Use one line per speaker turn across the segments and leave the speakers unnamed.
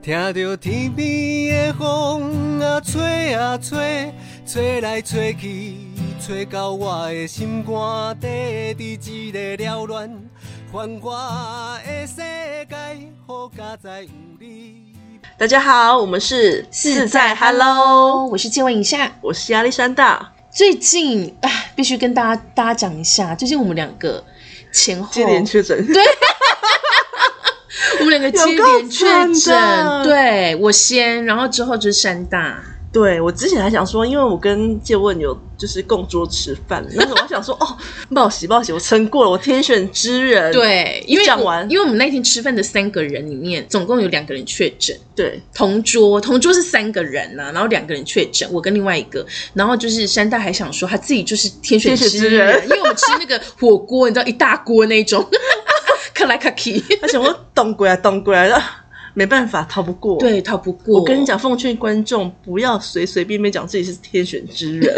听着天边的风啊吹啊吹，吹来吹去，吹到我的心肝底，伫一个缭乱繁华的世界，好佳哉有你。
大家好，我们是
自在
Hello，
我是借问一下，
我是亚历山大，
最近啊，必须跟大家大家讲一下，最近我们两个前后，
接连确诊，
哦
对，
我们两个接
有够
连确
惨的
诊，对我先，然后之后就是山大，
对我之前还想说，因为我跟借问有就是共桌吃饭，那时候我还想说，哦，报喜报喜，我撑过了，我天选之人，
对，因为
讲
我
完
因为我们那天吃饭的三个人里面，总共有两个人确诊，
对，
同桌，同桌是三个人呐、然后两个人确诊，我跟另外一个，然后就是山大还想说他自己就是天
天
选
选之
之
人
人，因为我们吃那个火锅，你知道一大锅那种， 克莱卡奇，
而且我懂过来懂过来了，没办法，逃不过。，
对，逃不过。
我跟你，讲，奉劝观众不要随随便便讲自己是天选之 人，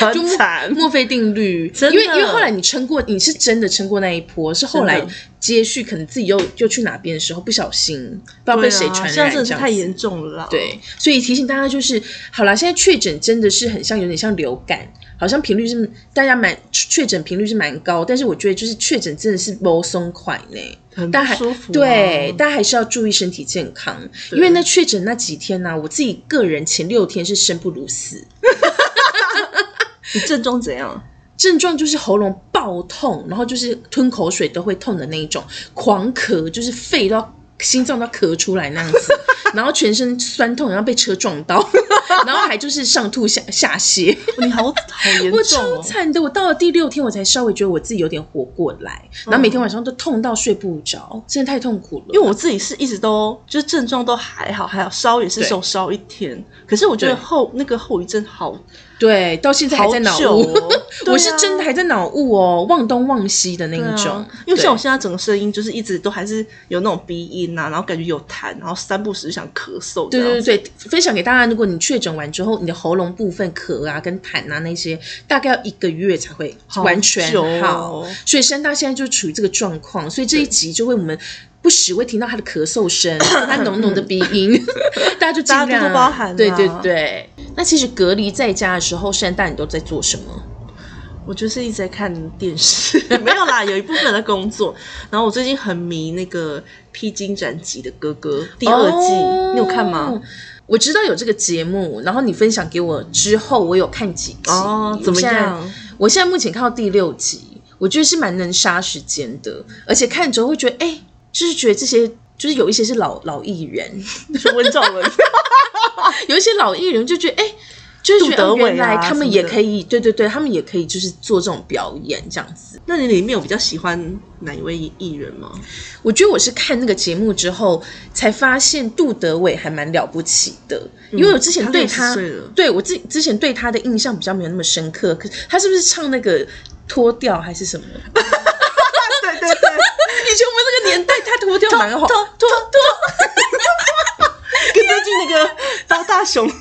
就
很
墨
惨。
墨菲定律，
真的
因为因为后来你撑过，你是真的撑过那一波，是后来
真的
接续可能自己又又去哪边的时候不小心，不知道被谁传染，
啊这样真的
这
是
样
太
子
严重了啦。
对，所以提醒大家就是，好啦，现在确诊真的是很像，有点像流感，好像频率是大家蛮确诊频率是蛮高，但是我觉得就是确诊真的是毛松快呢，
很
但
不
还
舒服啊、
对，但还是要注意身体健康，
对
因为那确诊那几天呢、我自己个人前六天是生不如死，
你症状怎样？
症状就是喉咙爆痛，然后就是吞口水都会痛的那一种，狂咳，就是肺都要。心脏都要咳出来那样子， 然后全身酸痛，然后被车撞到， 然后还就是上吐下下泻，
你好好严
我
重
超
哦！
惨的。我到了第六天，我才稍微觉得我自己有点活过来，然后每天晚上都痛到睡不着，真的太痛苦了。
因为我自己是一直都就是症状都还好，还有烧也是
对
有烧一天，可是我觉得
对
后那个后遗症好
对到现在还
好
在脑
久
雾，
哦 对
我是真的
啊
还在脑雾哦，忘东忘西的那
对啊
一种。
因为像我
对
现在整个声音就是一直都还是有那种鼻音呐、啊，然后感觉有痰，然后三不时想咳嗽这
对
样子。
对对对，分享给大家，如果你确诊完之后，你的喉咙部分咳啊、跟痰啊那些，大概要一个月才会
好
完全
久
好。
哦
所以山大现在就处于这个状况，所以这一集就会我们不时会听到他的咳 嗽声，他浓浓的鼻 音，大家就尽
大家
量
多多包啊涵啦
对对对，那其实隔离在家的时候，山大你都在做什么？
我就是一直在看电视，没有啦，有一部分在工作。然后我最近很迷那个《披荆斩棘的哥哥》第二季，
哦
你有看 吗？？
我知道有这个节目，然后你分享给我之后，我有看几集。
哦
我
怎么
现在
样？
我现在目前看到第六集，我觉得是蛮能杀时间的，而且看着会觉得，哎、就是觉得这些。就是有一些是老老艺人，
是温兆伦，
有一些老艺人就觉得，哎、就是觉得、
杜德伟啊
原来他
什么的
们也可以，对对对，他们也可以就是做这种表演这样子。
那你里面有比较喜欢哪一位艺人吗？
嗯我觉得我是看那个节目之后才发现杜德伟还蛮了不起的，因为我之前对
他60
他
岁了
对我自己之前对他的印象比较没有那么深刻。可是他是不是唱那个脱掉还是什么？
对对对，
以前我们这个年代，他脱掉蛮 好，
脱脱脱，跟最近那 个刀大熊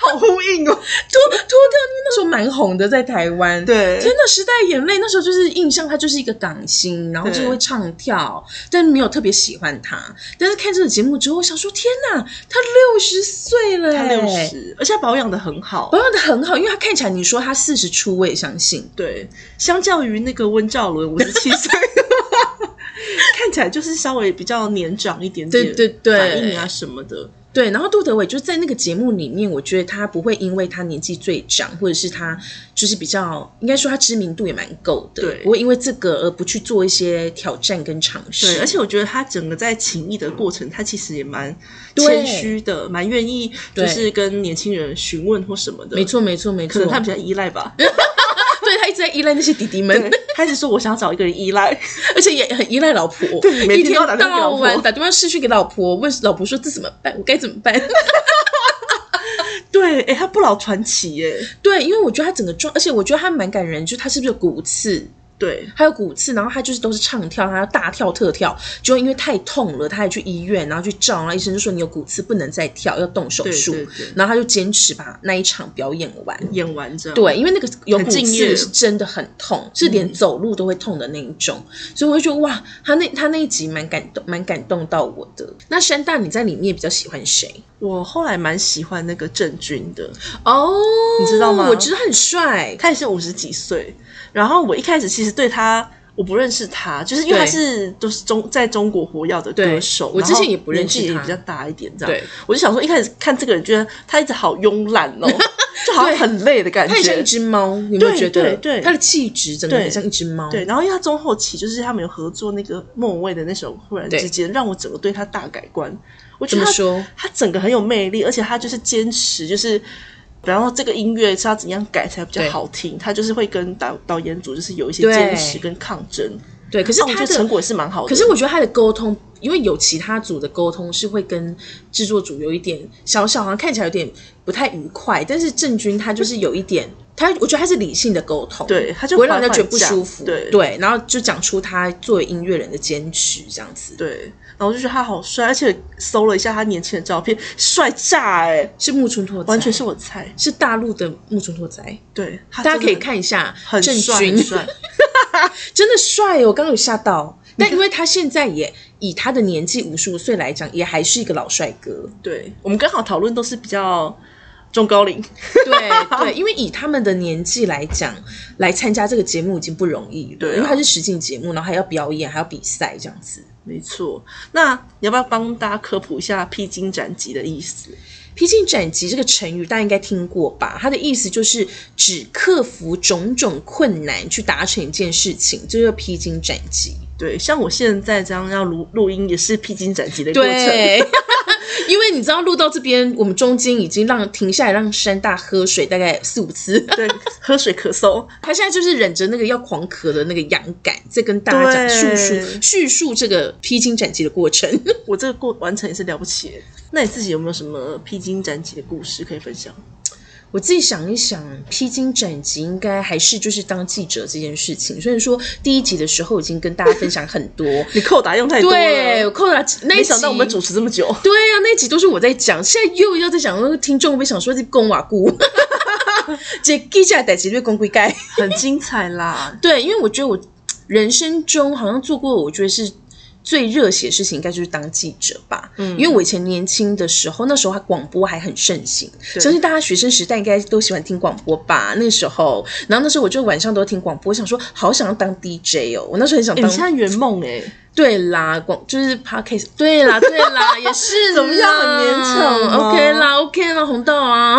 好呼应哦。
脱脱掉，因为那时候蛮红的，在台湾。。
对，
天呐，时代眼泪那时候就是印象，他就是一个港星，然后就
对
会唱跳，但没有特别喜欢他。但是看这个节目之后，我想说天呐，他六十岁了、欸，
他六，十，而且他保养的很好
保。养的很好，因为他看起来你说他四十出，我也相信。
对，相较于那个温兆伦五十七 岁，看起来就是稍微比较年长一点点，
对对对
反应啊什么的，
对，然后杜德伟就在那个节目里面，我觉得他不会因为他年纪最长，或者是他就是比较，应该说他知名度也蛮够的，
对
不会因为这个而不去做一些挑战跟尝试。
对，而且我觉得他整个在情谊的过程，他其实也蛮
对
谦虚的，蛮愿意就
对
是跟年轻人询问或什么的，
没，错没错没
可
错，
能他比较依赖 吧，
对他一直在依赖那些弟弟们
对，，他一直说我想要找一个人依赖，
而且也很依赖老婆，
对每
一
天都要打电话给
到
老婆
晚打电话视讯给老婆，问老婆说这怎么办，我该怎么办？
对，哎，他不老传奇耶，
对，因为我觉得他整个状，而且我觉得他蛮感人，就是他是不是有骨刺？
对，
还有骨刺，然后他就是都是唱跳，他要大跳特跳，就因为太痛了，他还去医院，然后去照，然后医生就说你有骨刺不能再跳，要动手
对
术，
对嗯对
然后他就坚持把那一场表演完。
演完这样，
对，因为那个有骨
很敬业
刺是真的很痛，是连走路都会痛的那一种，所以我就觉得哇，他那他那一集蛮感动，蛮感动到我的。那山大你在里面比较喜欢谁？
我后来蛮喜欢那个郑钧的，
哦，
你知道吗
我觉得他很帅，
他也是五十几岁。然后我一开始其实对他我不认识他，就是因为他
对
是都是中在中国活跃的歌手，
对我之前也不认识
然后年
他
纪也比较大一点这样。
对，
我就想说一开始看这个人，觉得他一直好慵懒 哦，就好像很累的感
他很像一
觉。
只猫，你有没有
对
觉得？
对对
他的气质整个
对
很像一只猫。
对，然后因为他中后期就是他们有合作那个莫文蔚的那首《忽然之间》，让我整个对他大改观。我觉
怎
得
么
他
说？
他整个很有魅力，而且他就是坚持，就是比方说这个音乐是要怎样改才比较
对
好听，他就是会跟导导演组就是有一些
对
坚持跟抗争。
对，可是
哦那我觉
他
得
的
成果是蛮好的。
可是我觉得他的沟通，因为有其他组的沟通是会跟制作组有一点小小，好像看起来有点不太愉快。但是郑钧他就是有一点，他我觉得他是理性的沟通，
嗯对他就
不会让人家
缓缓
觉得不舒服，
讲对
然后就讲出他作为音乐人的坚持这样子，
对，然后我就觉得他好帅，而且搜了一下他年轻的照片，帅炸哎、
是木村拓哉，
完全是我的菜。
是大陆的木村拓哉，
对，他
大家
真
可
的
以看一下
很
郑
帅，
钧
啊很，帅。
真的帅哦，我刚刚有吓到。但因为他现在也以他的年纪五十五岁来讲，也还是一个老帅哥。
对我们刚好讨论都是比较中高龄，
对对，因为以他们的年纪来讲，来参加这个节目已经不容易了，
对啊
因为它是实境节目，然后还要表演，还要比赛这样子。
没错。那你要不要帮大家科普一下“披荆斩棘”的意思？
披荆斩棘这个成语大家应该听过吧？它的意思就是指克服种种困难去达成一件事情，这就是披荆斩棘。
对，像我现在这样要录录音，也是披荆斩棘的过程。
对， 因为你知道录到这边，我们中间已经让停下来让山大喝水大概四五次，
对，喝水咳嗽，
他现在就是忍着那个要狂咳的那个痒感，在跟大家讲
对
叙述叙述这个披荆斩棘的过程。
我这个过完成也是了不起。那你自己有没有什么披荆斩棘的故事可以分享？
我自己想一想，披荆斩棘应该还是就是当记者这件事情。虽然说第一集的时候已经跟大家分享很多，
你扣打 用太多了，
对，我扣了那一集
没想到我们主持这么久。
对啊，那一集都是我在讲，现在又要在讲，那个听众会不会想说这公瓦姑？ 这记者代志对公归盖。！
很精彩啦
对，因为我觉得我人生中好像做过，我觉得是最热血的事情，应该就是当记者吧。
嗯
因为我以前年轻的时候，那时候还广播还很盛行，
对
相信大家学生时代应该都喜欢听广播吧。那个时候，然后那时候我就晚上都听广播，我想说好想要当 DJ 哦，我 那时候很想
欸
当。
你现在圆梦哎，
对啦，广就是 podcast，对啦，对啦， 也是
怎么样
啦
很勉强吗
？OK 啦，OK 啦，红豆啊，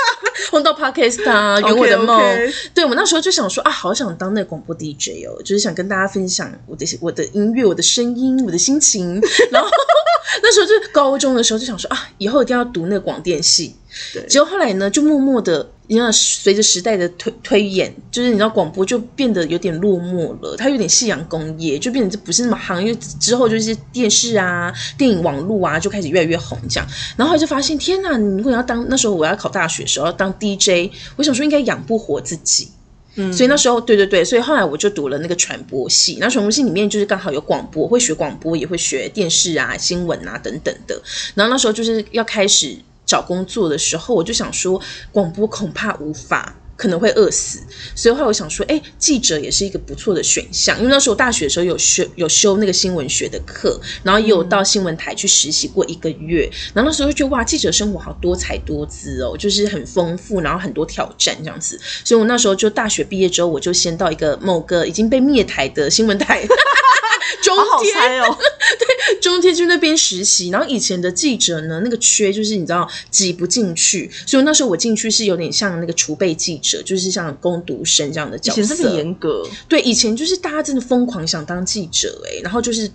红豆 podcast 啊，圆我的梦。
OK，OK
对我们那时候就想说啊，好想当那个广播 DJ 哦，就是想跟大家分享我的我的音乐、我的声音、我的心情。然后那时候就是高中的时候就想说啊，以后一定要读那个广电系。
对
结果后来呢，就默默的，你知道，随着时代的推推演，就是你知道广播就变得有点落寞了，它有点夕阳工业，就变得不是那么行，因为之后就是电视啊、电影、网络啊，就开始越来越红这样。然后后来就发现，天呐，你如果要当那时候我要考大学的时候要当 DJ，我想说应该养不活自己。
嗯
所以那时候，对对对，所以后来我就读了那个传播系。那传播系里面就是刚好有广播，会学广播，也会学电视啊、新闻啊等等的。然后那时候就是要开始找工作的时候，我就想说，广播恐怕无法。可能会饿死，所以后来我想说，哎，记者也是一个不错的选项，因为那时候我大学的时候有修有修那个新闻学的课，然后也有到新闻台去实习过一个月，然后那时候就觉得哇，记者生活好多彩多姿哦，就是很丰富，然后很多挑战这样子，所以我那时候就大学毕业之后，我就先到一个某个已经被灭台的新闻台。 中
好好
天
猜 哦，
中天去那边实习，然后以前的记者呢，那个缺就是你知道挤不进去，所以那时候我进去是有点像那个储备记者，就是像攻读生这样的
以
角色。
前这么严格，
对，以前就是大家真的疯狂想当记者哎、然后就是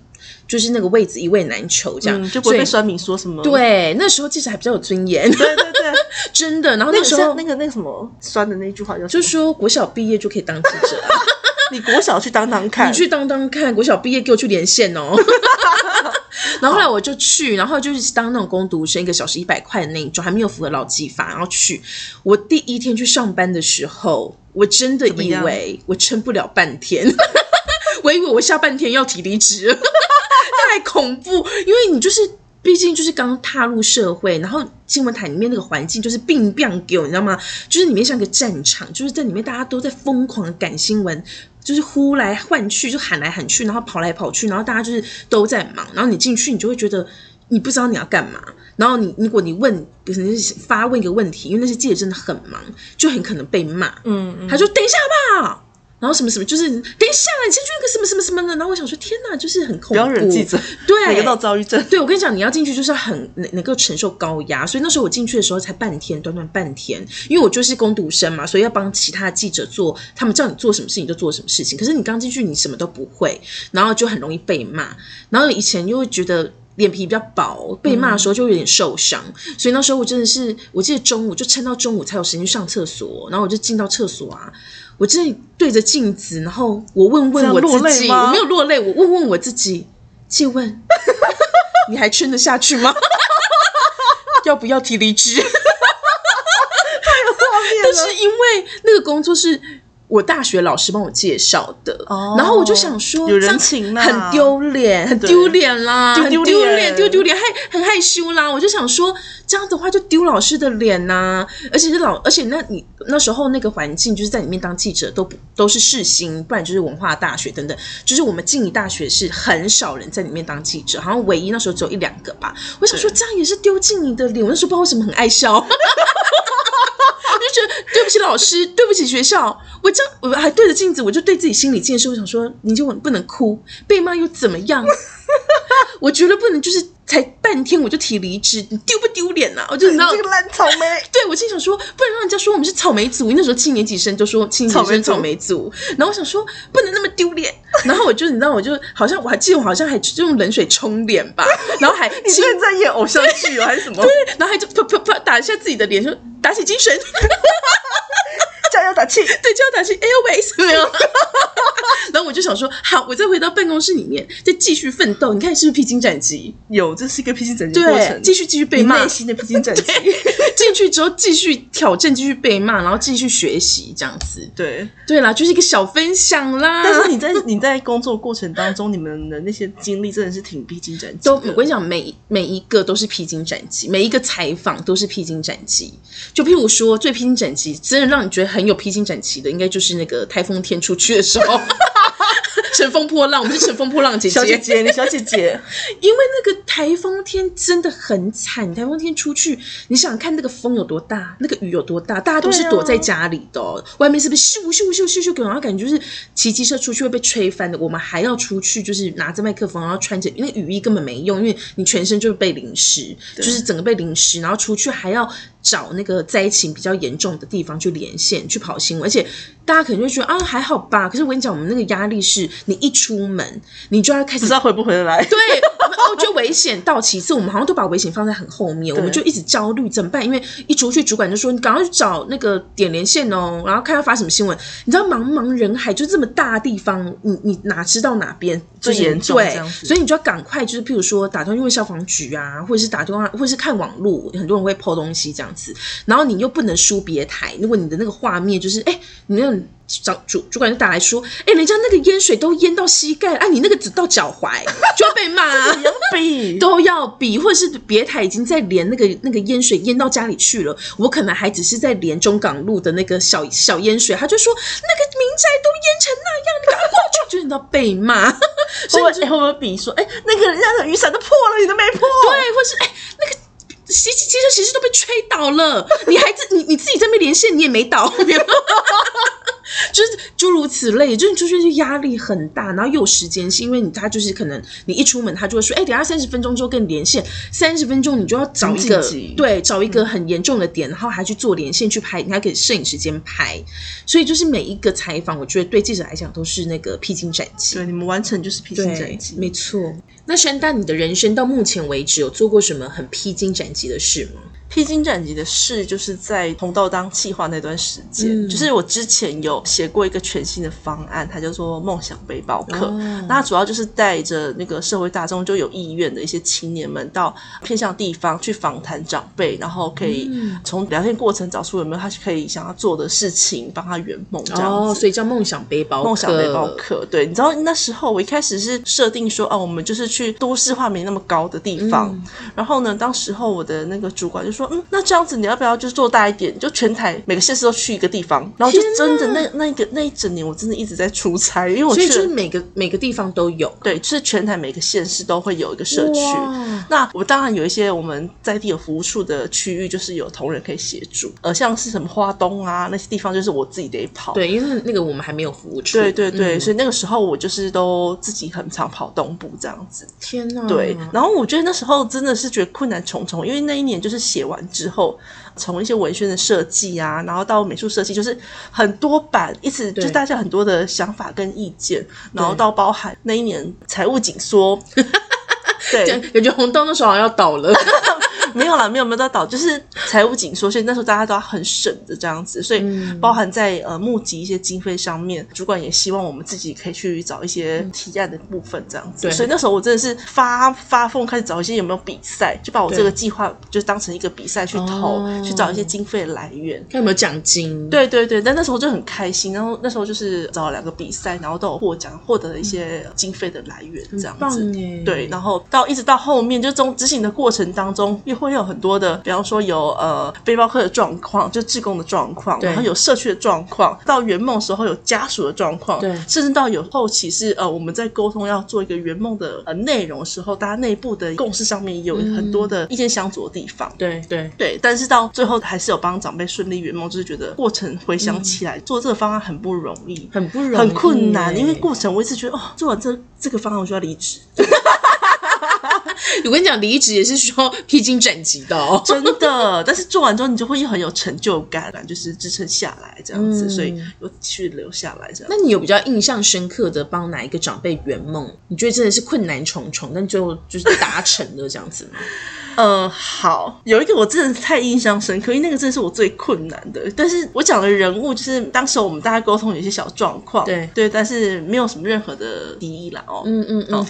就是那个位置一位难求这样，
嗯，就不会被
所以
酸民说什么。
对，那时候记者还比较有尊严，
对对对，
真的。然后
那个
那时
时
候
候那个那个什么酸的那句话叫什么，
就说国小毕业就可以当记者、啊。
你国小去当当看，
你去当当看，国小毕业给我去连线哦。 然后后来我就去，然后就是当那种工读生，一个小时一百块的那一种，还没有符合劳基法，然后去。我第一天去上班的时候，我真的
怎么
以
样
为我撑不了半天， 我以为我下半天要提离职 了，太恐怖，因为你就是。毕竟就是刚踏入社会，然后新闻台里面那个环境就是病病给我，你知道吗？就是里面像个战场，就是在里面大家都在疯狂的赶新闻，就是呼来唤去，就喊来喊去，然后跑来跑去，然后大家就是都在忙，然后你进去，你就会觉得你不知道你要干嘛，然后你如果你问，比如是发问一个问题，因为那些记者真的很忙，就很可能被骂。
嗯嗯，
他说等一下吧，然后什么什么，就是等一下，你先去那个什么什么什么的。然后我想说，天哪，就是很恐怖，
不要惹记者，
对，
每个都有躁郁症。
对，我跟你讲，你要进去就是很能能够承受高压，所以那时候我进去的时候才半天，短短半天，因为我就是攻读生嘛，所以要帮其他记者做，他们叫你做什么事情就做什么事情。可是你刚进去，你什么都不会，然后就很容易被骂。然后以前又会觉得脸皮比较薄，被骂的时候就有点受伤，所以那时候我真的是，我记得中午就撑到中午才有时间去上厕所，然后我就进到厕所啊。我真的对着镜子，然后我问
这
问
样
我
落
自
泪
己，
吗
我没有落泪，我问问我自己，借问，你还撑得下去吗？ 要不要提离职？
啊
但是因为那个工作是我大学老师帮我介绍的，
哦
然后我就想说，
有人情啦
这样很丢脸，很丢脸啦，
丢
很
丢
丢
脸
脸，丢丢脸，害很害羞啦。我就想说，这样的话就丢老师的脸呐、而且是老，而且那你那时候那个环境就是在里面当记者都不都是世新，不然就是文化大学等等，就是我们静宜大学是很少人在里面当记者，好像唯一那时候只有一两个吧。我想说，
对
这样也是丢尽你的脸。我那时候不知道为什么很爱笑。 我就觉得对不起老师，对不起学校，我这样我还对着镜子，我就对自己心理建设，我想说，你就不能哭，被骂又怎么样？ 我觉得不能就是才半天我就提离职，你丢不丢脸呐、啊？我就你知道。
烂草 莓，
对，我心想说，不能让人家说我们是草莓族。因为那时候七年级生就说七年级生
草
草
莓
莓族，然后我想说不能那么丢脸，然后我就你知道，我就好像我还记得，我好像还用冷水冲脸吧，然后还
你
亲
这是在演偶像剧哦还是什么？
对，然后还就啪啪啪打一下自己的脸，说打起精神。
加油打气！
对，就要打去 Airways 没有。
啊
然后我就想说，好，我再回到办公室里面，再继续奋斗。你看是不是披荆斩棘？
有，这是一个披荆斩棘过
对
程，，
继续继续被
你
骂
内。心的披荆斩棘。
进去之后继续挑战，继续被骂，然后继续学习，这样子。
对，
对啦，就是一个小分享啦。
但是你在 你在工作过程当中，你们的那些经历真的是挺披荆斩棘的。
都，我跟你讲，每每一个都是披荆斩棘，每一个采访都是披荆斩棘。就譬如说，最披荆斩棘，真的让你觉得很有披荆斩棘的，应该就是那个台风天出去的时候， 乘风破浪，我们是乘风破浪姐
小姐姐，你小姐 姐，
因为那个台风天真的很惨，台风天出去，你想看那个风有多大，那个雨有多大，大家都
对
是
啊
躲在家里的哦、外面是不是咻咻咻咻咻，给人家感觉就是骑机车出去会被吹翻的。我们还要出去，就是拿着麦克风，然后穿着那个雨衣根本没用，因为你全身就是被淋湿，
对
就是整个被淋湿，然后出去还要找那个灾情比较严重的地方去连线去跑新闻，而且大家可能就觉得啊还好吧，可是我跟你讲，我们那个压力是你一出门，你就要开
不
始
知道回不回得来。
对，我觉得危险到其次，我们好像都把危险放在很后面，我们就一直焦虑怎么办？因为一出去，主管就说你赶快去找那个点连线哦，然后看他发什么新闻。你知道茫茫人海就这么大的地方，你你哪知道哪边
最
就是
严重这
对
样，子
所以你就要赶快，就是譬如说打电话问消防局啊，或者是打电话，或者是看网络，很多人会抛东西这样子。然后你又不能输别台，如果你的那个画面就是，哎、你那个长主主管就打来说，哎、人家那个淹水都淹到膝盖，啊，你那个只到脚踝，就要被 骂、啊。
杨比，
都要比，或者是别台已经在连那个那个淹水淹到家里去了，我可能还只是在连中港路的那个小小淹水，他就说那个民宅都淹成那样，你赶快过去， 就是你知道被骂，
会
所
不
以
会
你就
哎会不会比说，哎，那个人家的雨伞都破了，你都没破？
对，或是哎、那个骑骑机车骑士都被吹倒了，你还自你你自己在那边连线，你也没倒，没有 就是诸如此类，就是出去就压力很大，然后又有时间性，因为你他就是可能你一出门，他就会说，哎、等一下三十分钟之后跟你连线，三十分钟你就要找一个
很紧急嗯
对找一个很严重的点，然后还去做连线去拍，你还给摄影时间拍，所以就是每一个采访，我觉得对记者来讲都是那个披荆斩棘。
对，你们完成就是披荆斩
对，
棘。
没错。那山大，你的人生到目前为止有做过什么很披荆斩棘的事吗？
披荆斩棘的事，就是在红豆当企划那段时间，
嗯
就是我之前有写过一个全新的方案，它叫做梦想背包客。
哦
那主要就是带着那个社会大众就有意愿的一些青年们到偏向地方去访谈长辈，然后可以
嗯
从聊天过程找出有没有他可以想要做的事情，帮他圆梦这样子。
哦，所以叫梦想背包客，
梦想背包客，对，你知道那时候我一开始是设定说，哦、我们就是去都市化没那么高的地方，
嗯
然后呢，当时候我的那个主管就说，嗯，那这样子你要不要就做大一点，就全台每个县市都去一个地方，然后就
天
真的那那一个那一整年我真的一直在出差，因为我
所以
去
就是
了
每个每个地方都有
对，就是全台每个县市都会有一个社区。
哇
那我当然有一些我们在地有服务处的区域，就是有同仁可以协助，呃，像是什么花东啊那些地方，就是我自己得跑。
对，因为那个我们还没有服务处。
对对对，
嗯
所以那个时候我就是都自己很常跑东部这样子。
天哪，
对，然后我觉得那时候真的是觉得困难重重，因为那一年就是写完之后，从一些文宣的设计啊，然后到美术设计，就是很多版，一直
对
就大家很多的想法跟意见，然后
对
到包含那一年财务紧缩。 对，
感觉红豆那时候好像要倒 了。
没有啦，没有没有到倒，就是财务紧缩，所以那时候大家都要很省的这样子，所以
嗯
包含在呃募集一些经费上面，主管也希望我们自己可以去找一些提案的部分这样子，
嗯对
所以那时候我真的是发发疯开始找一些有没有比赛，就把我
对
这个计划就当成一个比赛去投，
哦
去找一些经费来源。
看有没有奖金？，
对对对，但那时候就很开心，然后那时候就是找了两个比赛，然后都有获奖，获得了一些经费的来源，这样
棒
子。
哎。
对，然后到一直到后面，就中执行的过程当中，又会有很多的，比方说有呃背包客的状况，就志工的状况，
对
然后有社区的状况，到圆梦时候有家属的状况，
对
甚至到有后期是呃我们在沟通要做一个圆梦的呃内容的时候，大家内部的共识上面也有很多
嗯
的意见相左的地方。
对对，
对，但是到最后还是有帮长辈顺利圆梦，就是觉得过程回想起来，做这个方案很不容易，
嗯很不容易，
很困难，因为过程我一直觉得哦，做完这这个方案我就要离职，
我跟你讲，离职也是需要披荆斩棘的哦。
真的。但是做完之后，你就会很有成就感，啊就是支撑下来这样子，
嗯
所以又继续留下来这样
那。你有比较印象深刻的帮哪一个长辈圆梦？你觉得真的是困难重重，但最后就是达成了这样子 吗？
呃，好，有一个我真的太印象深刻，因为那个真的是我最困难的。但是我讲的人物就是当时我们大家沟通有一些小状况，
对
对，但是没有什么任何的敌意啦哦。
嗯嗯嗯，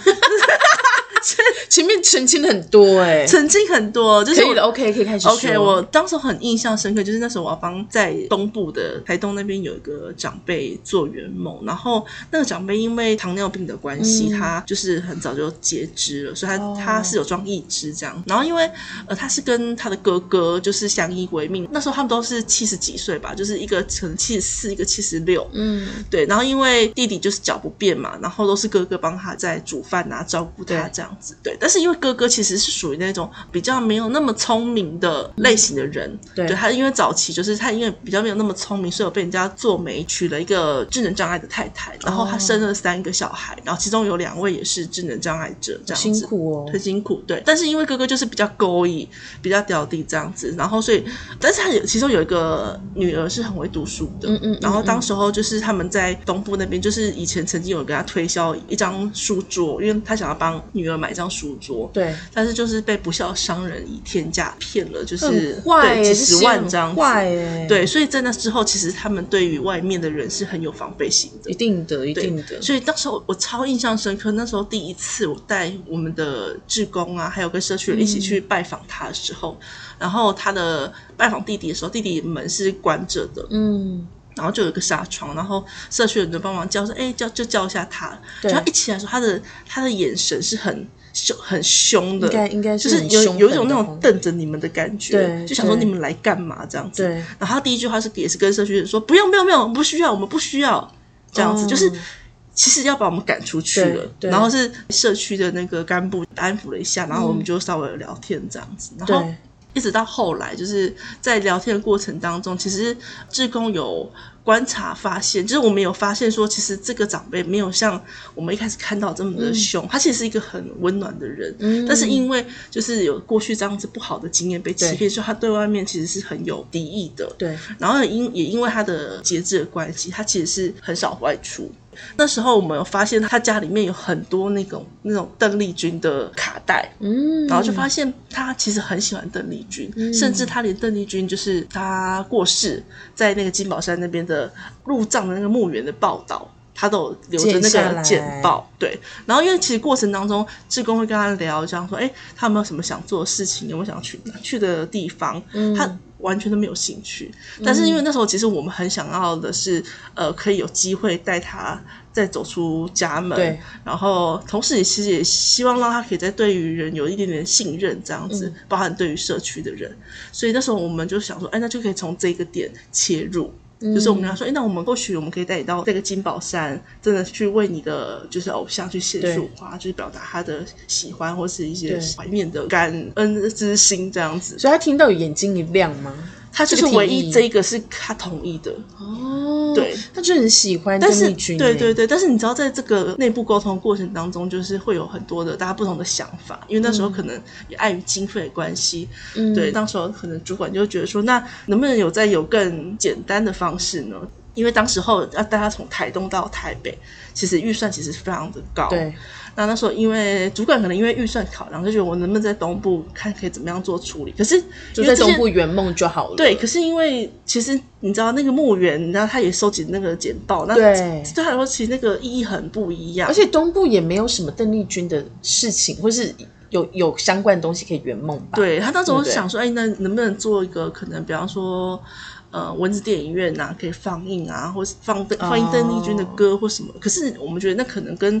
前面澄清了很多哎、
曾经很多，就是
可以
我
了，OK，可以开 始说。
OK，我当时很印象深刻，就是那时候我要帮在东部的台东那边有一个长辈做圆梦，然后那个长辈因为糖尿病的关系，
嗯
他就是很早就截肢了，所以他、
哦
他是有装义肢这样。然后因为呃他是跟他的哥哥就是相依为命，那时候他们都是七十几岁吧，就是一个可能七十四，一个七十六，
嗯，
对，然后因为弟弟就是脚不便嘛，然后都是哥哥帮他在煮饭啊、照顾他
对
这样子。对，但是因为哥哥其实是属于那种比较没有那么聪明的类型的人，
嗯对
他因为早期就是他因为比较没有那么聪明，所以有被人家做媒娶了一个智能障碍的太太，然后他
哦
生了三个小孩，然后其中有两位也是智能障碍者，这样子。
辛苦哦
很。辛苦，对。但是因为哥哥就是比较勾引，比较屌地这样子，然后所以，但是他有其中有一个女儿是很会读书的，
嗯嗯嗯
然后当时候就是他们在东部那边，就是以前曾经有人给他推销一张书桌，因为他想要帮女儿买一张书桌，
对，
但是就是被不孝商人以天价骗了，就是
很坏
对
耶，
几
这
十
些
万
很
这样子。
坏哎，
对，，所以在那之后，其实他们对于外面的人是很有防备心的
一。定的，一定的。
所以当时候我超印象深刻，那时候第一次我带我们的志工啊，还有跟社区人一起去拜访他的时候，然后他的拜访弟弟的时候，弟弟门是关着的，
嗯，
然后就有一个纱窗，然后社区人就帮忙叫说，哎、叫就叫一下他，
对
然后一起来说，他的他的眼神是很凶很凶的，
应该应该
就是是
很
有
凶
有一
狠
种那
的
种
哦
瞪着你们的感觉，
对
就想说
对
你们来干嘛这样子，
对，
然后他第一句话是也是跟社区人说，不用不用不用，我们不需要，我们不需要这样子，
哦
就是其实要把我们赶出去了。
对对
然后是社区的那个干部安抚了一下，然后我们就稍微聊天这样子，然后
嗯对，
一直到后来，就是在聊天的过程当中，其实志工有观察发现，就是我们有发现说，其实这个长辈没有像我们一开始看到这么的凶，他其实是一个很温暖的人，
嗯
但是因为就是有过去这样子不好的经验被欺骗，
对
所以他对外面其实是很有敌意的。
对，
然后也因也因为他的节制的关系，他其实是很少外出。那时候我们有发现他家里面有很多那种那种邓丽君的卡带，
嗯，
然后就发现他其实很喜欢邓丽君，甚至他连邓丽君就是他过世在那个金宝山那边的入葬的那个墓园的报道。他都有留着那
剪下
个
来
简报，对。然后因为其实过程当中，志工会跟他聊，这样说，哎、他有没有什么想做的事情，有没有想去去的地方？
嗯
他完全都没有兴趣。但是因为那时候其实我们很想要的是，呃，可以有机会带他再走出家门，
对。
然后同时也其实也希望让他可以在对于人有一点点信任，这样子，
嗯
包含对于社区的人。所以那时候我们就想说，哎，那就可以从这个点切入。就是我们
嗯
跟他说，哎、那我们或许我们可以带你到这个金宝山，真的去为你的就是偶像去献束花，就是表达他的喜欢或是一些
对
怀念的感恩之心这样子。
所以他听到有眼睛一亮吗？
他就是
这个提
唯一
议
这一个是他同意的，
哦，
对，
他就很喜欢邓
但是
丽君，
对对，对，但是你知道，在这个内部沟通过程当中，就是会有很多的大家不同的想法，因为那时候可能也碍于经费的关系，
嗯
对，当时候可能主管就觉得说，那能不能有再有更简单的方式呢？因为当时候要带他从台东到台北，其实预算其实非常的高，
对，
那那时候因为主管可能因为预算考量，就觉得我能不能在东部看可以怎么样做处理，可是
就
因为
在
这
东
些
部圆梦就好了。
对，可是因为其实你知道那个墓园，你知道他也收集那个简报，那
对
对他来说其实那个意义很不一样。
而且东部也没有什么邓丽君的事情，或是有有相关的东西可以圆梦吧？，
对他那时
对
候
不对
想说，哎，那能不能做一个可能，比方说，呃，蚊子电影院啊，可以放映啊，或是放邓放映邓丽
哦
君的歌或什么？可是我们觉得那可能跟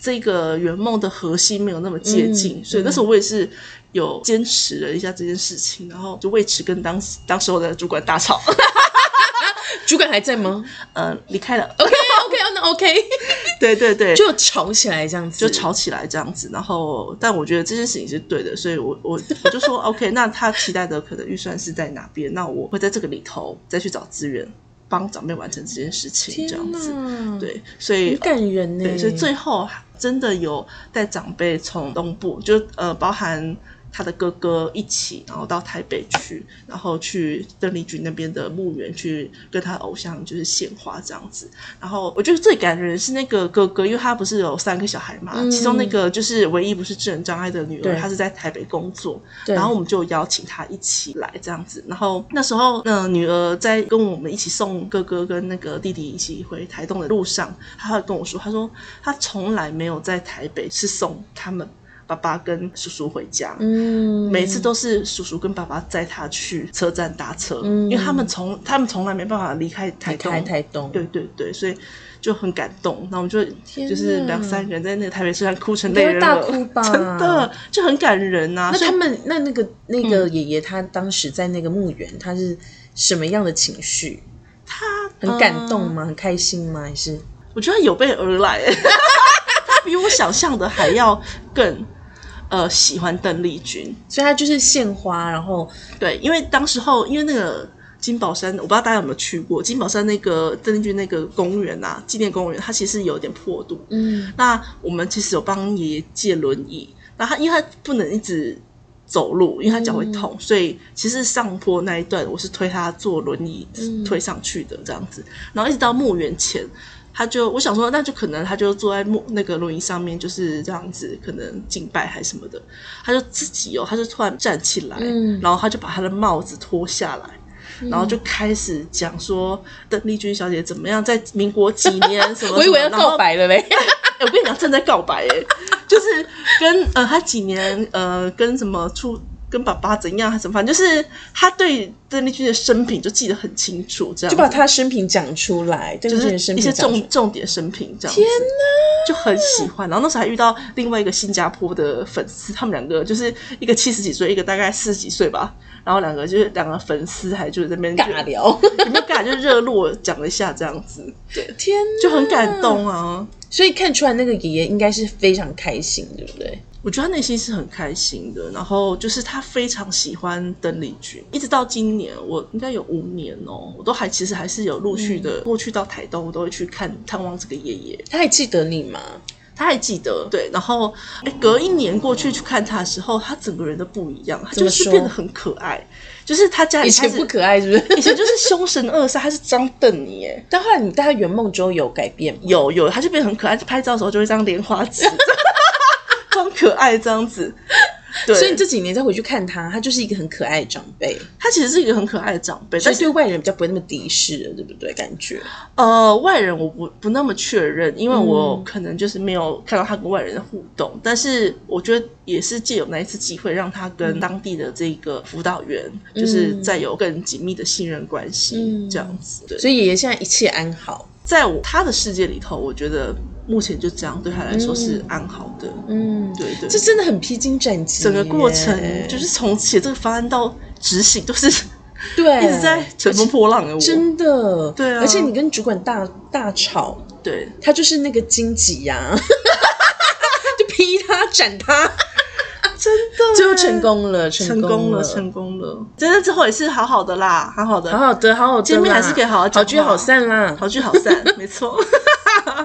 这个圆梦的核心没有那么接近，
嗯
所以那时候我也是有坚持了一下这件事情，然后就为此跟当当时候的主管大吵，
主管还在 吗
呃，离开了。
？OK OK，那哦 OK，
对对对，
就吵起来这样子，
就吵起来这样子。然后，但我觉得这件事情是对的，所以我我我就说 OK，那他期待的可能预算是在哪边？那我会在这个里头再去找资源，帮长辈完成这件事情，
天
这样子。
哪，，
对，所以呃
很感人呢。
对，所以最后真的有带长辈从东部，就呃包含他的哥哥一起，然后到台北去，然后去邓丽君那边的墓园去跟他偶像就是献花这样子。然后我觉得最感人是那个哥哥，因为他不是有三个小孩嘛，
嗯
其中那个就是唯一不是智能障碍的女儿，
对
她是在台北工作，
对
然后我们就邀请她一起来这样子。然后那时候，嗯、女儿在跟我们一起送哥哥跟那个弟弟一起回台东的路上，她还跟我说，她说她从来没有在台北是送他们爸爸跟叔叔回家，
嗯，
每次都是叔叔跟爸爸载她去车站搭车，
嗯
因为他们从他们从来没办法离开台
台
东，
台台东，
对对对，所以就很感动。然后我们就
天
就是
哪
两三个人在那个台北车站哭成
应
泪
该
人
会
了，
大哭吧？
真的。就很感人啊呐、
那
所以
他们那那个那个爷爷他当时在那个墓园，他是什么样的情绪？
他
很感动吗？很开心吗？还是
嗯我觉得有备而来， 他比我想象的还要更呃喜欢邓丽君。
所以他就是献花，然后
对，因为当时候因为那个金宝山，我不知道大家有没有去过金宝山那个邓丽君那个公园啊，纪念公园，它其实有点破度。
嗯
那我们其实有帮爷爷借轮椅，那他因为他不能一直走路，因为他脚会
嗯
痛，所以其实上坡那一段我是推他坐轮椅
嗯
推上去的这样子，然后一直到墓园前。他就我想说，那就可能他就坐在木那个轮椅上面，就是这样子，可能敬拜还什么的。他就自己哦，他就突然站起来，
嗯
然后他就把他的帽子脱下来，然后就开始讲说邓丽君小姐怎么样，在民国几年什么什么，
我以为要
然后
告白了嘞，
欸我跟你讲，正在告白哎、就是跟呃，他几年呃，跟什么出跟爸爸怎样，还是什么，反正就是他对邓丽君的生平就记得很清楚，这样
就
子
把他生平讲出来，对
就
不
是
对？生
一
平
些
讲出来
重重点生平这样子。天哪，就很喜欢。然后那时候还遇到另外一个新加坡的粉丝，他们两个就是一个七十几岁，一个大概四十几岁吧。然后两个就是两个粉丝，还就是在那边就
尬，聊，
有没有尬？就是热络讲了一下这样子，
天
就很感动 啊。
所以看出来那个爷爷应该是非常开心，对不对？
我觉得他内心是很开心的，然后就是他非常喜欢邓丽君，一直到今年，我应该有五年哦，我都还其实嗯还是有陆续的过去到台东，我都会去看探望这个爷爷。
他还记得你吗？
他还记得，对，然后哎隔一年过去去看他的时候，他整个人都不一样，他
怎
就
么
是
说
变得很可爱，就是他家里
以
开
前
始
不可爱是不是？
以前就是凶神恶煞，他是张瞪你哎，
但后来你带他圆梦之后有改变吗？
有有，他就变得很可爱，拍照的时候就会这样莲花指， 装可爱这样子。对，
所以你这几年再回去看他，他就是一个很可爱的长辈，
他其实是一个很可爱的长辈，
所
但
以
是
对外人比较不会那么敌视了，对不对？感觉
呃，外人我不不那么确认，因为我
嗯
可能就是没有看到他跟外人的互动。但是我觉得也是借有那一次机会，让他跟当地的这个辅导员，就是再有更紧密的信任关系，
嗯
这样子。对，
所以爷爷现在一切安好。
在我他的世界里头，我觉得目前就这样，对他来说是安好的。
嗯，
对对，
这真的很披荆斩棘耶，
整个过程就是从写这个方案到执行，都是一
对，
直在乘风破浪的我。
真的，
对啊
而且你跟主管大大吵，
对，
他就是那个荆棘呀、 就劈他斩他，
真的
最后成功了，
成
功
功了，成功了。真的之后也是好好的啦，好好的，
好好的，好好的啦，
见面还是可以好好讲话
好聚好散啦。
好聚好 散，没错。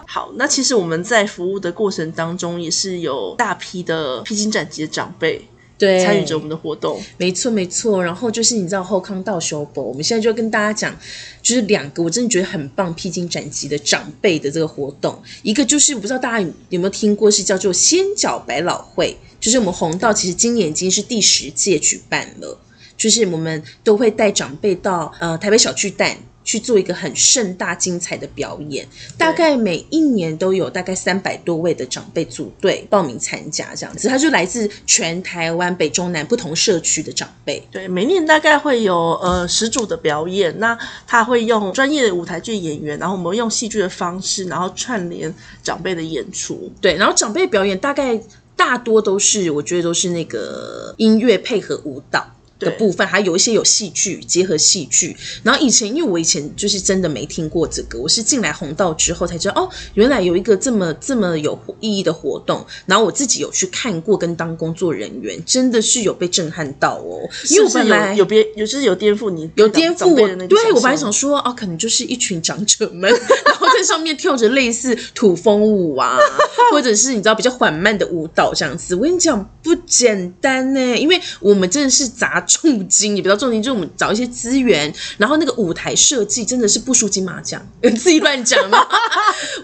好，那其实我们在服务的过程当中，也是有大批的披荆斩棘的长辈
对，
参与着我们的活动。
没错，没错。然后就是你知道后康到修博，我们现在就要跟大家讲，就是两个我真的觉得很棒、披荆斩棘的长辈的这个活动。一个就是我不知道大家有有没有听过，是叫做仙脚百老汇，就是我们红道其实今年已经是第十届举办了，就是我们都会带长辈到呃台北小巨蛋。去做一个很盛大精彩的表演，大概每一年都有大概三百多位的长辈组队报名参加这样子，他就来自全台湾北中南不同社区的长辈，
对，每年大概会有呃十组的表演，那他会用专业的舞台剧演员，然后我们用戏剧的方式，然后串联长辈的演出。
对，然后长辈表演大概大多都是，我觉得都是那个音乐配合舞蹈。的
对
部分还有一些有戏剧结合戏剧，然后以前因为我以前就是真的没听过这个，我是进来红道之后才知道哦，原来有一个这么这么有意义的活动，然后我自己有去看过跟当工作人员，真的是有被震撼到哦，因为我
是不
本
是
来
有有别有就是有颠覆你
有
对
颠
长长
覆
辈
我
的那，个
对
想
我本来
象
想说，哦，可能就是一群长者们， 然后在上面跳着类似土风舞啊， 或者是你知道比较缓慢的舞蹈这样子。我跟你讲不简单呢，因为我们真的是砸重金，也不知道重金，就是我们找一些资源，然后那个舞台设计真的是不输金马奖， 自己乱讲啊。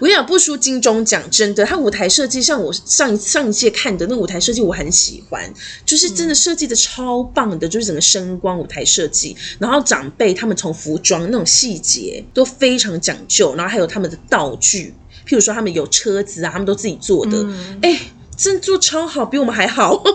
我跟你讲，不输金钟奖，真的。它舞台设计，像我上一上一届看的那舞台设计，我很喜欢，就是真的设计的超棒的，就是整个声光舞台设计，然后长辈他们从服装那种细节都非常讲究，然后还有他们的道具，譬如说他们有车子啊，他们都自己做的，
嗯
哎、真的做超好，比我们还好。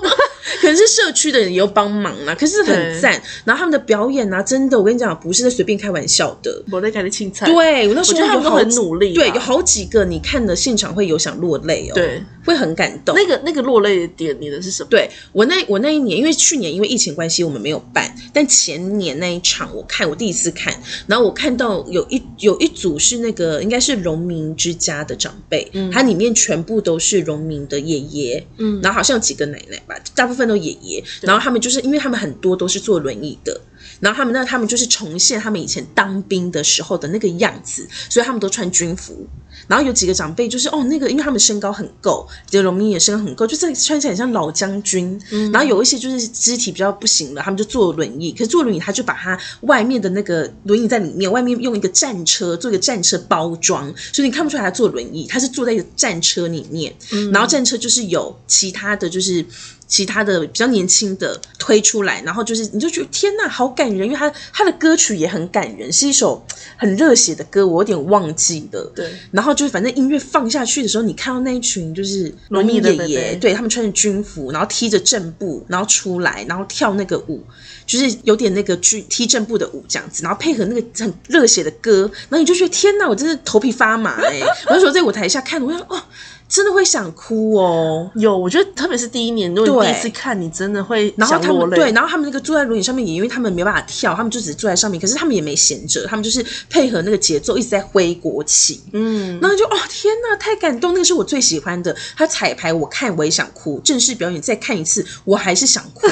可能是社区的人也有帮忙啦、可是很
对
赞。然后他们的表演啊，真的，我跟你讲，不是在随便开玩笑的。
我在给你青菜。
对，我那时
我觉
候
得他
有
们都
好
很
几
努力啦
对，有好几个你看了现场会有想落泪哦，，
对，
会很感动。
那个那个落泪的点，你的是什么？
对我那我那一年，因为去年因为疫情关系我们没有办，但前年那一场我看我第一次看，然后我看到有一有一组是那个应该是农民之家的长辈，嗯，它里面全部都是农民的爷爷，嗯，然后好像有几个奶奶吧，大部分都爷爷，然后他们就是因为他们很多都是坐轮椅的，然后他们那他们就是重现他们以前当兵的时候的那个样子，所以他们都穿军服。然后有几个长辈就是哦，那个因为他们身高很够，就荣民也身高很够，就是穿起来很像老将军。然后有一些就是肢体比较不行了，他们就坐轮椅，可是坐轮椅他就把他外面的那个轮椅在里面，外面用一个战车做一个战车包装，所以你看不出来他坐轮椅，他是坐在一个战车里面。然后战车就是有其他的就是。其他的比较年轻的推出来，然后就是你就觉得天呐，好感人，因为他他的歌曲也很感人，是一首很热血的歌，我有点忘记了。
对
然后就是反正音乐放下去的时候，你看到那一群就是农
农民
民
的
爷
伯伯
爷，对他们穿着军服，然后踢着正步，然后出来，然后跳那个舞，就是有点那个去踢正步的舞这样子，然后配合那个很热血的歌，然后你就觉得天呐，我真是头皮发麻 哎、我那时候在舞台下看，我想哦，真的会想哭哦。
有，我觉得特别是第一年，如果
对
你第一次看，你真的会
然后
想
他
落
们
泪。
对，然后他们那个坐在轮椅上面也，因为他们没办法跳，他们就只是坐在上面，可是他们也没闲着，他们 就是配合那个节奏一直在挥国旗，
嗯，
然后就哦天呐，太感动！那个是我最 喜欢的。他彩排我看我也想哭，正式表演再看一次我还是想哭。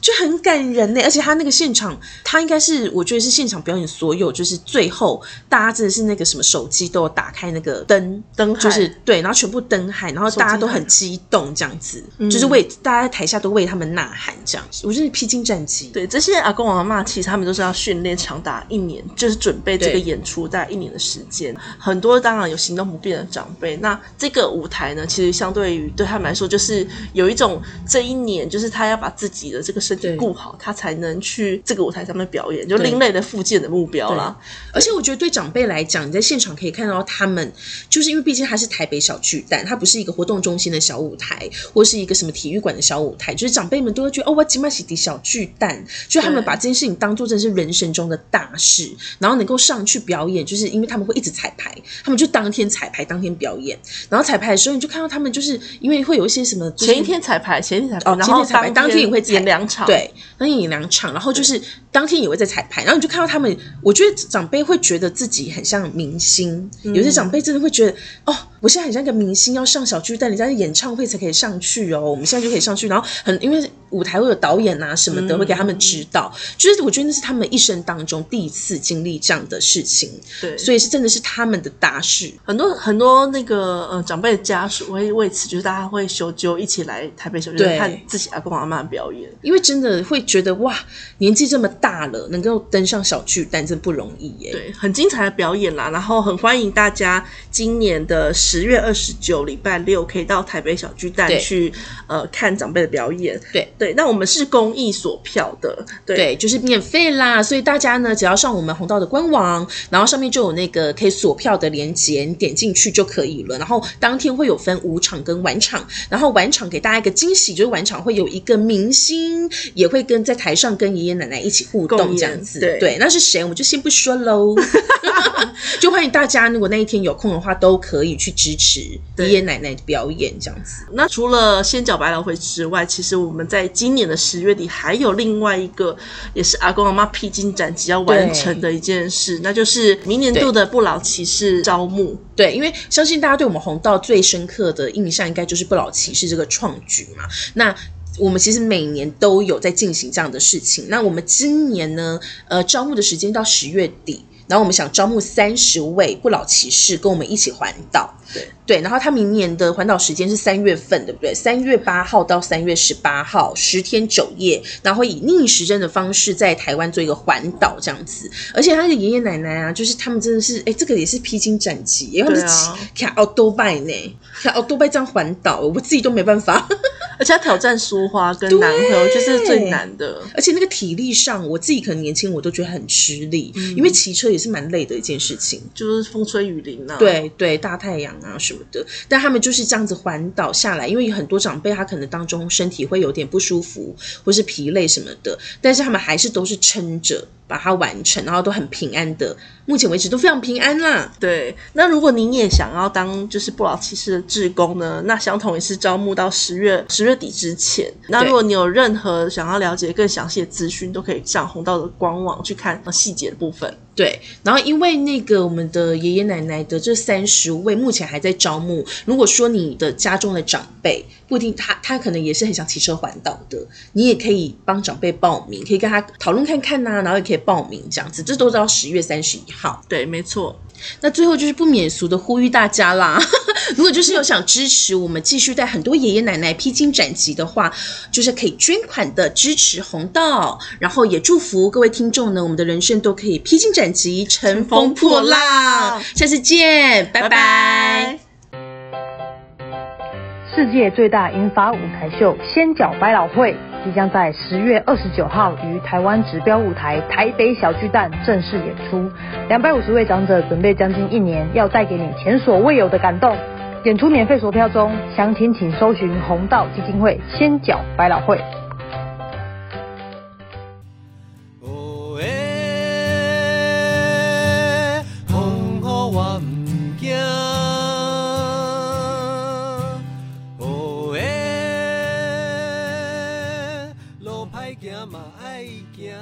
就很感人呢。而且他那个现场，他应该是我觉得是现场表演所有，就是最后大家真的是那个什么手机都有打开那个灯
灯海
就是对，然后全部灯海，嗯然后大家都很激动这样子，就是为大家在台下都为他们呐喊这样。我觉得披荆斩棘，
对，这些阿公阿妈其实他们都是要训练长达一年，就是准备这个
对
演出大概一年的时间。很多当然有行动不便的长辈，那这个舞台呢，其实相对于对他们来说，就是有一种这一年就是他要把自己的这个身体
对
顾好，他才能去这个舞台上面表演，就
对
另类的复健的目标啦。
而且我觉得对长辈来讲，你在现场可以看到他们，就是因为毕竟它是台北小巨蛋，它不是一个活动中心的小舞台，或是一个什么体育馆的小舞台，就是长辈们都会觉得哦，我今晚喜迪小巨蛋，就他们
对
把这件事情当做真的是人生中的大事，然后能够上去表演，就是因为他们会一直彩排，他们就当天彩排，当天表演，然后彩排的时候你就看到他们就是因为会有一些什么、就是
前一天彩排，前一天彩排，
哦，
然
今
后
天彩排当天也会彩
演两场，，
对，当天演两场，然后就是当天也会在彩排，然后你就看到他们，我觉得长辈会觉得自己很像明星，
嗯
有些长辈真的会觉得，哦，我现在很像个明星，要上小巨蛋，人家是演唱会才可以上去哦，我们现在就可以上去，然后很因为舞台会有导演啊什么
嗯
的，会给他们指导，就是我觉得那是他们一生当中第一次经历这样的事情，
对
所以是真的是他们的大事，
很多很多那个呃长辈的家属会为此，就是大家会修就一起来台北小巨蛋
对
看自己阿公阿妈的表演。
因为真的会觉得哇，年纪这么大了，能够登上小巨蛋真不容易耶，
对，很精彩的表演啦，然后很欢迎大家今年的十月二十九礼拜六可以到台北小巨蛋
对
去呃看长辈的表演。
对
对，那我们是公益所票的，对。
对，就是免费啦，所以大家呢，只要上我们红道的官网，然后上面就有那个可以锁票的链接，你点进去就可以了。然后当天会有分午场跟晚场，然后晚场给大家一个惊喜，就是晚场会有一个明星也会跟在台上跟爷爷奶奶一起互
共
动
演
这样子。
对
那是谁我们就先不 说喽，就欢迎大家如果那一天有空的话，都可以去支持
对
爷爷奶奶的表演这样子。
那除了先脚白老灰之外，其实我们在今年的十月底还有另外一个，也是阿公阿妈披荆斩棘要完
对
成的一件事，那就是明年度的不老骑士招募。
对，因为相信大家对我们红道最深刻的印象，应该就是不老骑士这个创举嘛。那我们其实每年都有在进行这样的事情。那我们今年呢，呃，招募的时间到十月底，然后我们想招募三十位不老骑士跟我们一起环岛。
对
对，然后他明年的环岛时间是三月份，对不对？三月八号到三月十八号，十天九夜，然后会以逆时针的方式在台湾做一个环岛这样子。而且他的爷爷奶奶啊，就是他们真的是，哎，这个也是披荆斩棘，因为他们
对啊
是骑卡奥多拜呢，卡奥多拜这样环岛，我自己都没办法。
而且要挑战苏花跟男朋友，这是最难的。
而且那个体力上，我自己可能年轻我都觉得很吃力，因为骑车也是蛮累的一件事情。
就是风吹雨淋啊，，
对对，大太阳啊什么的，但他们就是这样子环岛下来，因为有很多长辈他可能当中身体会有点不舒服，或是疲累什么的，但是他们还是都是撑着把它完成，然后都很平安的，目前为止都非常平安啦。
对，那如果您也想要当就是不老骑士的志工呢，那相同也是招募到十月十月底之前。那
对
如果你有任何想要了解更详细的资讯，都可以上红道的官网去看呃细节的部分。
对，然后因为那个我们的爷爷奶奶的这三十位目前还在招募。如果说你的家中的长辈不一定他他可能也是很想骑车环岛的，你也可以帮长辈报名，可以跟他讨论看看呐、然后也可以报名这样子，这都是到十月三十一号。
对，没错，
那最后就是不免俗的呼吁大家啦，如果就是有想支持我们继续带很多爷爷奶奶披荆斩棘的话，就是可以捐款的支持红道，然后也祝福各位听众呢，我们的人生都可以披荆斩棘，乘风破浪。下次见，拜
拜拜
拜
世界最大银发舞台秀“仙脚百老汇”即将在十月二十九号于台湾指标舞台台北小巨蛋正式演出。两百五十位长者准备将近一年，要带给你前所未有的感动。演出免费索票中，详情请搜寻红道基金会“仙脚百老汇”。
哦诶，风雨我毋惊。哦诶，路歹行嘛爱行。